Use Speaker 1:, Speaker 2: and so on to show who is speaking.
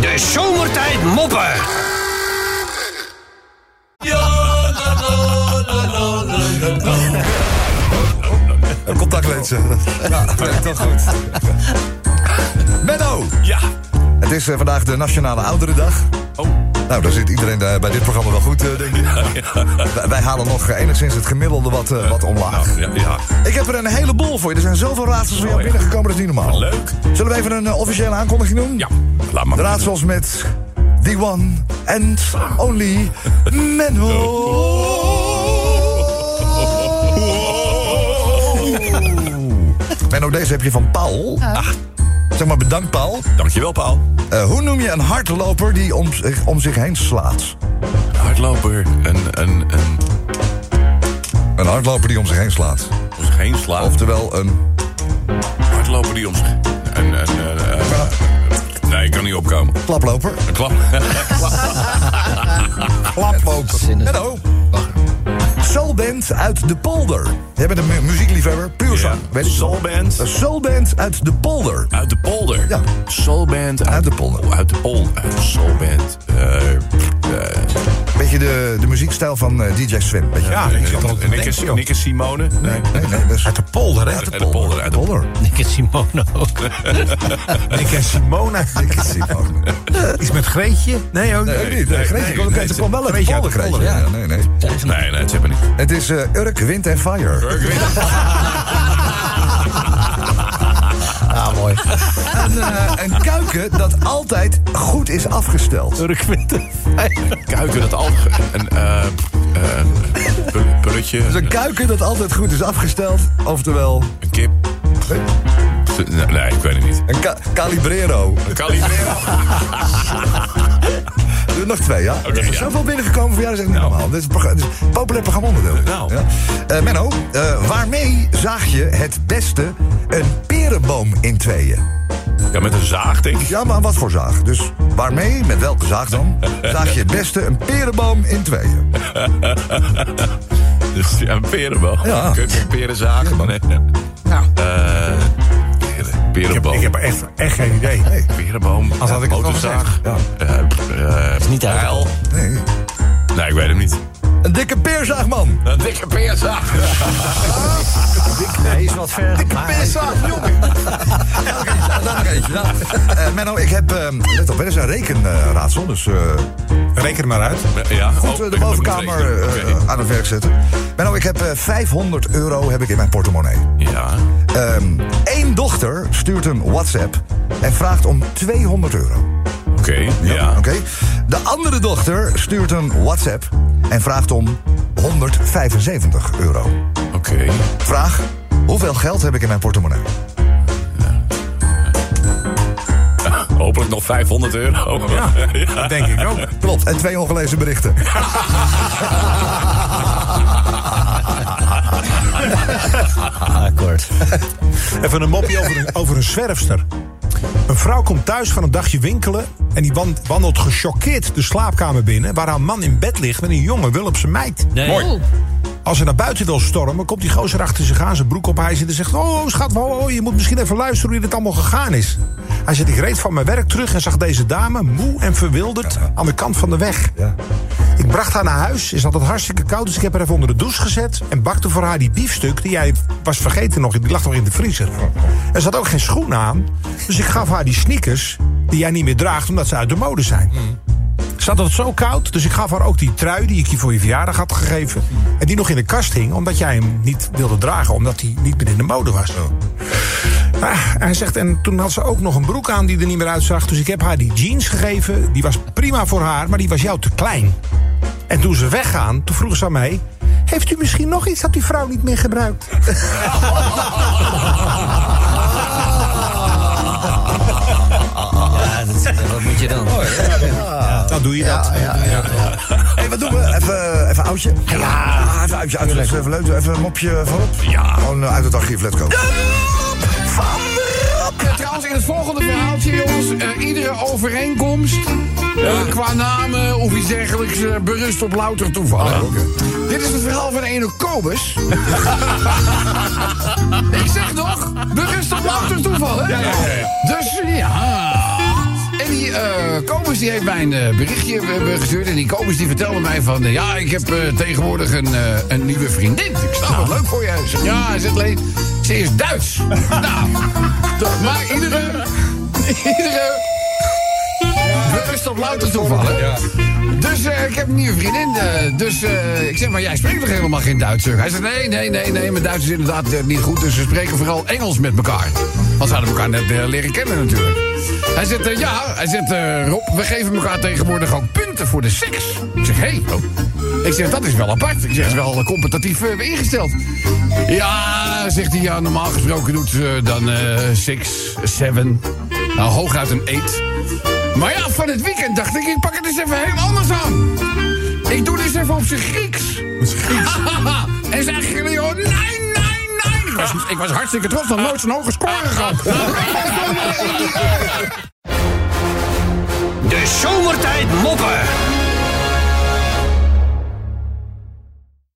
Speaker 1: De zomertijd moppen.
Speaker 2: Een contactlensen. Ja, dat werkt toch goed. Menno!
Speaker 3: Ja.
Speaker 2: Het is eh, vandaag de Nationale Ouderendag.
Speaker 3: Oh.
Speaker 2: Nou, daar zit iedereen eh, bij dit programma wel goed, eh, denk ik. Wij- Wij halen nog eh, enigszins het gemiddelde wat, eh, wat omlaag.
Speaker 3: Ja, ja.
Speaker 2: Ik heb er een heleboel voor je. Er zijn zoveel raadsels voor jou
Speaker 3: ja.
Speaker 2: binnengekomen, dat is niet normaal.
Speaker 3: Leuk.
Speaker 2: Zullen we even een eh, officiële aankondiging doen?
Speaker 3: Ja, laat maar.
Speaker 2: De raadsels met The One and Only Menno. Menno, deze heb je van Paul. Ah. Zeg maar bedankt, Paul.
Speaker 3: Dankjewel, Paul.
Speaker 2: Eh, hoe noem je een hardloper die om, zich- om zich heen slaat?
Speaker 3: Hardloper. Een, een, een...
Speaker 2: Een hardloper die om zich heen slaat.
Speaker 3: Om zich heen slaan.
Speaker 2: Oftewel een...
Speaker 3: hardloper die om zich... Een, een, een, eh, nee, ik kan niet opkomen.
Speaker 2: Klaploper.
Speaker 3: Een klap.
Speaker 2: Klaploper. Menno. Soulband uit de polder. Je bent een mu- muziekliefhebber. Puur zang. Weet ik wel.
Speaker 3: Soulband.
Speaker 2: Een soulband uit de polder.
Speaker 3: Uit de polder.
Speaker 2: Ja.
Speaker 3: Soulband. Uit,
Speaker 2: de polder.
Speaker 3: Oh, Uit de polder. Uit de soulband. Eh, eh,
Speaker 2: Beetje de, de muziekstijl van eh, DJ Sven. Beetje.
Speaker 3: ja,
Speaker 2: nee,
Speaker 3: ik zat ook Nick is- Nick is Simone. Nee.
Speaker 2: nee, nee, dat is-
Speaker 4: Uit de polder, hè?
Speaker 2: uit
Speaker 3: Uit de polder. Uit de polder.
Speaker 2: polder.
Speaker 4: Ik en Simone ook.
Speaker 2: Ik ken Simona. Ik ken Simona.
Speaker 4: Iets met Greetje? Nee, ook
Speaker 2: Nee, niet. Nee, Greetje
Speaker 3: nee,
Speaker 2: kwam-
Speaker 3: nee,
Speaker 2: ze kwam wel uit de
Speaker 4: Greetje uit
Speaker 2: polder,
Speaker 4: de
Speaker 2: Greetje.
Speaker 4: polder,
Speaker 2: Ja,
Speaker 4: ja.
Speaker 2: nee, nee.
Speaker 3: Nee, nee, het hebben niet.
Speaker 2: Het is eh, Urk, Wind en Fire.
Speaker 3: Ik weet het.
Speaker 4: Ah, mooi.
Speaker 2: Een, eh, een kuiken dat altijd goed is afgesteld.
Speaker 4: Turk vindt het fijn.
Speaker 3: Kuiken dat al. Een eh, eh, pu- pulletje.
Speaker 2: Dus een kuiken dat altijd goed is afgesteld. Oftewel,
Speaker 3: Een kip. Nee, nee, ik weet het niet.
Speaker 2: een ka- calibrero.
Speaker 3: Een Calimero.
Speaker 2: Er zijn Eh, Nog twee, ja? Nou.
Speaker 3: Oké,
Speaker 2: er
Speaker 3: ja.
Speaker 2: is zoveel binnengekomen voor jou, dat is echt niet normaal. Dit is een, progra- dit is een populair programma onderdeel.
Speaker 3: Nou.
Speaker 2: Ja. Eh, Menno, eh, waarmee zaag je het beste een perenboom in tweeën?
Speaker 3: Ja, met een zaag, denk ik.
Speaker 2: Ja, maar wat voor zaag? Dus waarmee, met welke zaag dan, zaag je het beste een perenboom in tweeën?
Speaker 3: Dus ja, een perenbal.
Speaker 2: Ja.
Speaker 3: Kun je een perenzaag? Nee.
Speaker 4: Nou,
Speaker 3: Eh, peren- perenboom.
Speaker 4: ik heb er echt, echt geen idee.
Speaker 3: Perenboom. Als
Speaker 4: had ik het wel
Speaker 3: motorzaag.
Speaker 2: gezegd,
Speaker 3: Eh, pff, eh,
Speaker 4: niet uit.
Speaker 3: pijl.
Speaker 2: Nee.
Speaker 3: Nee, ik weet hem niet.
Speaker 2: Een dikke peerzaagman.
Speaker 3: Een dikke peerzaag.
Speaker 4: Hij is wat ver.
Speaker 3: Peerzaag, jongen.
Speaker 2: Ja, dat nog eentje. Nou, eh, Menno, ik heb, eh, let op, hè, dat is een rekenraadsel, dus... eh,
Speaker 4: Reken er maar uit.
Speaker 3: Ja. Oh,
Speaker 2: Goed, eh, de bovenkamer eh, eh, aan het werk zetten. Menno, ik heb eh, 500 euro heb ik in mijn portemonnee.
Speaker 3: Ja.
Speaker 2: Eén dochter stuurt een WhatsApp en vraagt om 200 euro.
Speaker 3: Oké, ja.
Speaker 2: Oké? De andere dochter stuurt een WhatsApp en vraagt om 175 euro.
Speaker 3: Oké.
Speaker 2: Vraag, hoeveel geld heb ik in mijn portemonnee?
Speaker 3: Hopelijk nog 500 euro.
Speaker 4: Dat denk ik ook.
Speaker 2: Klopt, en twee ongelezen berichten.
Speaker 4: Akkoord.
Speaker 5: Even een mopje over een, over een zwerfster. Een vrouw komt thuis van een dagje winkelen. en die wan- wandelt gechoqueerd de slaapkamer binnen. waar haar man in bed ligt met een jonge Willemse meid.
Speaker 4: Nee. Mooi.
Speaker 5: Als ze naar buiten wil stormen, komt die gozer achter zich aan. zijn broek op hij zit en zegt: Oh, schat, ho, ho, je moet misschien even luisteren hoe dit allemaal gegaan is. Hij zegt: Ik reed van mijn werk terug en zag deze dame, moe en verwilderd, aan de kant van de weg.
Speaker 2: Ja.
Speaker 5: Ik bracht haar naar huis, is altijd hartstikke koud, dus ik heb haar even onder de douche gezet. En bakte voor haar die biefstuk, die jij was vergeten nog, die lag nog in de vriezer. Er zat ook geen schoen aan, dus ik gaf haar die sneakers, die jij niet meer draagt omdat ze uit de mode zijn. Ze had het zo koud, dus ik gaf haar ook die trui die ik je voor je verjaardag had gegeven. En die nog in de kast hing, omdat jij hem niet wilde dragen, omdat hij niet meer in de mode was. Ah, hij zegt, en toen had ze ook nog een broek aan die er niet meer uitzag. Dus ik heb haar die jeans gegeven. Die was prima voor haar, maar die was jou te klein. En toen ze weggaan, toen vroeg ze aan mij... Heeft u misschien nog iets dat die vrouw niet meer gebruikt?
Speaker 4: Ja, dat, wat moet je dan?
Speaker 5: Dan doe je dat.
Speaker 2: Hé, wat doen we? Even, even oudje. Ja, even oudje. Uit, even leuk. Even een mopje voorop.
Speaker 3: Ja.
Speaker 2: Gewoon eh, uit het archief, let's go.
Speaker 6: Ja, trouwens, in het volgende verhaaltje, jongens, eh, iedere overeenkomst eh, qua namen of iets dergelijks eh, berust op louter toeval.
Speaker 3: Oh,
Speaker 6: Dit is het verhaal van ene Kobus. Ik zeg nog, berust op louter toeval, hè? Dus ja. En die eh Kobus die heeft mij een eh, berichtje eh, gestuurd. En die Kobus die vertelde mij van... eh, ja, ik heb eh, tegenwoordig een, eh, een nieuwe vriendin. Ik snap het, leuk voor je. Ik zeg, Ja, hij zegt alleen... Ze is Duits. nou, toch, maar iedere... Iedere... Bewust op louter toeval, hè? Dus eh, ik heb een nieuwe vriendin. eh, dus eh, ik zeg maar, jij spreekt toch helemaal geen Duits? zeg? Hij zegt, nee, nee, nee, nee. Mijn Duits is inderdaad eh, niet goed. Dus we spreken vooral Engels met elkaar. Want ze hadden elkaar net eh, leren kennen natuurlijk. Hij zegt, eh, ja. Hij zegt, eh, Rob, we geven elkaar tegenwoordig ook punten voor de seks. Ik zeg, hé. Hey. oh. Ik zeg, dat is wel apart. Ik zeg, het is wel eh, competitief eh, ingesteld. Ja, zegt hij, ja, normaal gesproken doet ze dan eh, six, seven. Nou, hooguit een eight. Maar ja, van het weekend dacht ik, ik pak het eens even heel anders aan. Ik doe dit even op zijn Grieks. en zei jullie hoor, nee, nee, nee. Ik was, ik was hartstikke trots, dat nooit zo'n hoge score gehad.
Speaker 1: De zomertijd moppen.